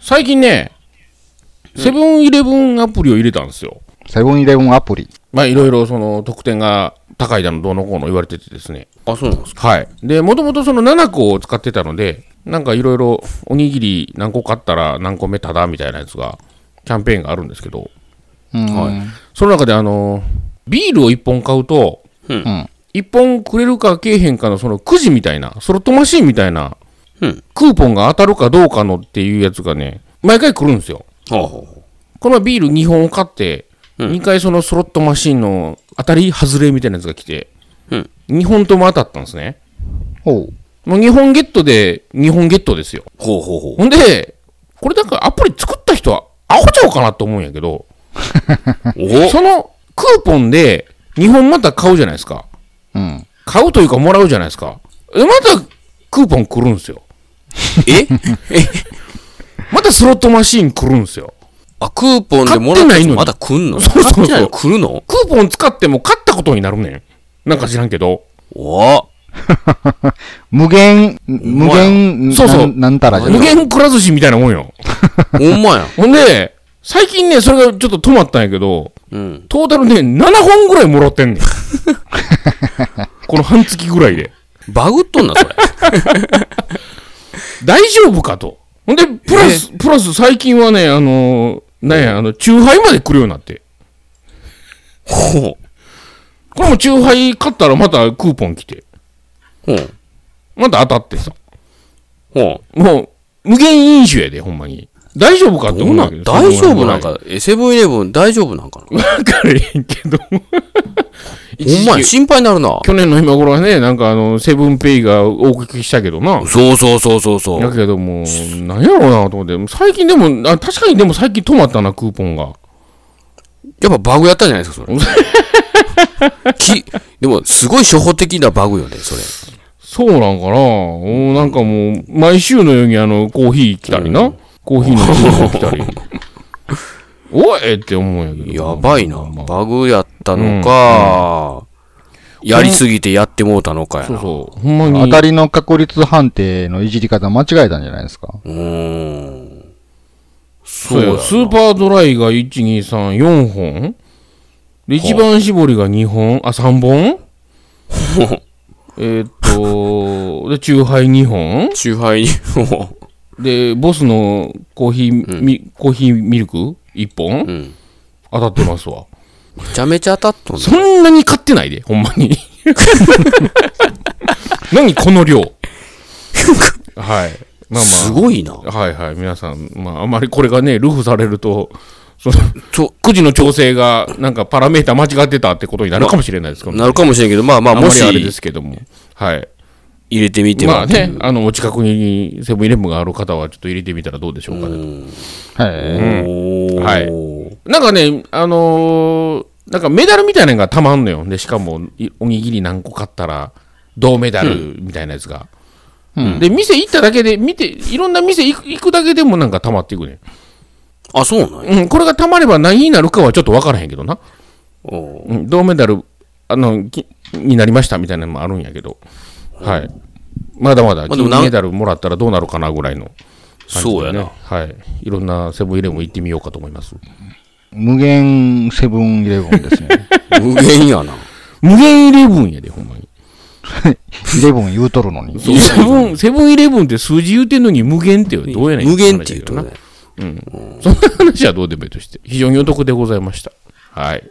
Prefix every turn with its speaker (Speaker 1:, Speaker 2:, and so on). Speaker 1: 最近ね、セブンイレブンアプリを入れたんですよ。
Speaker 2: セブンイレブンアプリ。
Speaker 1: まあ、いろいろその得点が高いだの、どうのこうの言われててですね。
Speaker 3: あ、そうなんですか。
Speaker 1: はい。で、もともとその7個を使ってたので、なんかいろいろおにぎり何個買ったら何個目ただみたいなやつが、キャンペーンがあるんですけど、
Speaker 2: うん。
Speaker 1: その中であの、ビールを1本買うと、
Speaker 3: うん
Speaker 2: ん
Speaker 1: 1本くれるかけえへんかのそのくじみたいな、ソロットマシーンみたいな、
Speaker 3: うん
Speaker 1: クーポンが当たるかどうかのっていうやつがね、毎回来るんですよ。
Speaker 3: ほうほうほ
Speaker 1: このビール2本を買って、2回そのソロットマシーンの当たり外れみたいなやつが来て、
Speaker 3: うん
Speaker 1: 2本とも当たったんですね。
Speaker 2: おう。
Speaker 1: もう2本ゲットで、2本ゲットですよ。
Speaker 3: う。ほうほうほう。
Speaker 1: ほんで、これなんかアプリ作った人はアホちゃうかなと思うんやけど、
Speaker 3: お
Speaker 1: そのクーポンで2本また買うじゃないですか。
Speaker 2: うん。
Speaker 1: 買うというかもらうじゃないですか。でまたクーポン来るんですよ。
Speaker 3: え
Speaker 1: またスロットマシーン来るんですよ。
Speaker 3: あ、クーポンでもらっ
Speaker 1: 買ってない
Speaker 3: た
Speaker 1: のに
Speaker 3: まだ来んの
Speaker 1: そうそうそ
Speaker 3: 買
Speaker 1: う
Speaker 3: ってないの来るの
Speaker 1: クーポン使っても買ったことになるねん。なんか知らんけど。
Speaker 3: お
Speaker 2: 無限、無限、
Speaker 1: そうそう
Speaker 2: なんなんたらじゃな
Speaker 1: 無
Speaker 2: い
Speaker 1: 限くら寿司みたいなもんよ。
Speaker 3: ほんまや。
Speaker 1: ほんで、最近ね、それがちょっと止まったんやけど、
Speaker 3: うん。
Speaker 1: トータルね、7本ぐらいもらっ てんねん。この半月ぐらいで。
Speaker 3: バグっとんな、それ。
Speaker 1: 大丈夫かと。ほんで、プラス、プラス最近はね、あのー、なんや、あの、チューハイまで来るようになって。
Speaker 3: ほう。
Speaker 1: これもチューハイ買ったらまたクーポン来て。
Speaker 3: ほう。
Speaker 1: また当たってさ。
Speaker 3: ほ
Speaker 1: もう、無限飲酒やで、ほんまに。大丈夫か
Speaker 3: う。
Speaker 1: って
Speaker 3: ど
Speaker 1: 思
Speaker 3: う
Speaker 1: うん
Speaker 3: な
Speaker 1: だけ
Speaker 3: ん
Speaker 1: ど。
Speaker 3: 大丈夫なん
Speaker 1: わ
Speaker 3: か、えセブンイレブン大丈夫なんかな
Speaker 1: かれへん けど。
Speaker 3: ほんまや、心配になるな。
Speaker 1: 去年の今頃はね、なんかあの、セブンペイが大きくしたけどな。
Speaker 3: そうそうそうそうそ
Speaker 1: だ
Speaker 3: う。
Speaker 1: けども、なんやろうなと思って。最近でも、あ確かにでも最近止まったな、クーポンが。
Speaker 3: やっぱバグやったんじゃないですか、 それ。き、でも、すごい初歩的なバグよね、それ。
Speaker 1: そうなんかなおなんかもう、毎週のようにあの、コーヒー来たりな。コーヒーのクーポン来 たり。おいって思うんやけど。
Speaker 3: やばいな。
Speaker 1: まあ
Speaker 3: バグやったのか、やりすぎてやってもうたのかや
Speaker 1: そう
Speaker 3: な。
Speaker 1: そう。ほんま
Speaker 2: 当
Speaker 1: に。
Speaker 2: たりの確率判定のいじり方間違えたんじゃないですか。
Speaker 3: うーん。そ
Speaker 1: そうう
Speaker 3: や
Speaker 1: や。スーパードライが1、2、3、4本で、一番絞りが2本あ、3本 えーっと、で、チューハイ2本
Speaker 3: チューハイに、も
Speaker 1: で、ボスのコーヒー、みコーヒーミルク1本、
Speaker 3: う、うん。
Speaker 1: 当たってますわ。
Speaker 3: めちゃめちゃ当たっとんね
Speaker 1: そんなに買ってないで、ほんまに。 何この量。はい。まあまあ。
Speaker 3: すごいな。
Speaker 1: はいはい。皆さん、まあ、あまりこれがね、ルフされると、その、
Speaker 3: と、
Speaker 1: くじの調整が、なんかパラメータ間違ってたってことになるかもしれないですけど、
Speaker 3: なるかもしれんけど、まあまあ、
Speaker 1: あんま
Speaker 3: もし
Speaker 1: りあれで
Speaker 3: 入
Speaker 1: すけども。はい。
Speaker 3: れてみては
Speaker 1: まあ
Speaker 3: ってい
Speaker 1: ね
Speaker 3: う。、
Speaker 1: あの、お近くにセブンイレブンがある方は、ちょっと入れてみたらどうでしょうかね。
Speaker 2: はい。
Speaker 3: おー。
Speaker 1: はいなんかね、あのーなんかメダルみたいなのがたまんのよ。で、しかも、いおにぎり何個買ったら、銅メダルみたいなやつが。で、店行っただけで、見て、いろんな店行く行くだけでもなんか溜まっていくね。
Speaker 3: あ、そうなんや。
Speaker 1: うん、これが溜まれば何になるかはちょっと分からへんけどな。
Speaker 3: おー
Speaker 1: うん、銅メダル、あの、きになりましたみたいなのもあるんやけど。はい。まだまだ、
Speaker 3: まあでも
Speaker 1: 金
Speaker 3: な
Speaker 1: メダルもらったらどうなるかなぐらいの、
Speaker 3: そうやな。。
Speaker 1: はい。いろんなセブンイレブン行ってみようかと思います。
Speaker 2: 無限セブンイレブンですね。
Speaker 3: 無限やな。
Speaker 1: 無限イレブンやで、ほんまに。
Speaker 2: イレブン言うとるのに。
Speaker 1: そうセブン、セブンイレブンって数字言うてんのに無限ってどうやねん。
Speaker 3: 無限って言うと
Speaker 1: な
Speaker 3: ね。。
Speaker 1: そんな話はどうでもいいとして、非常にお得でございました。はい。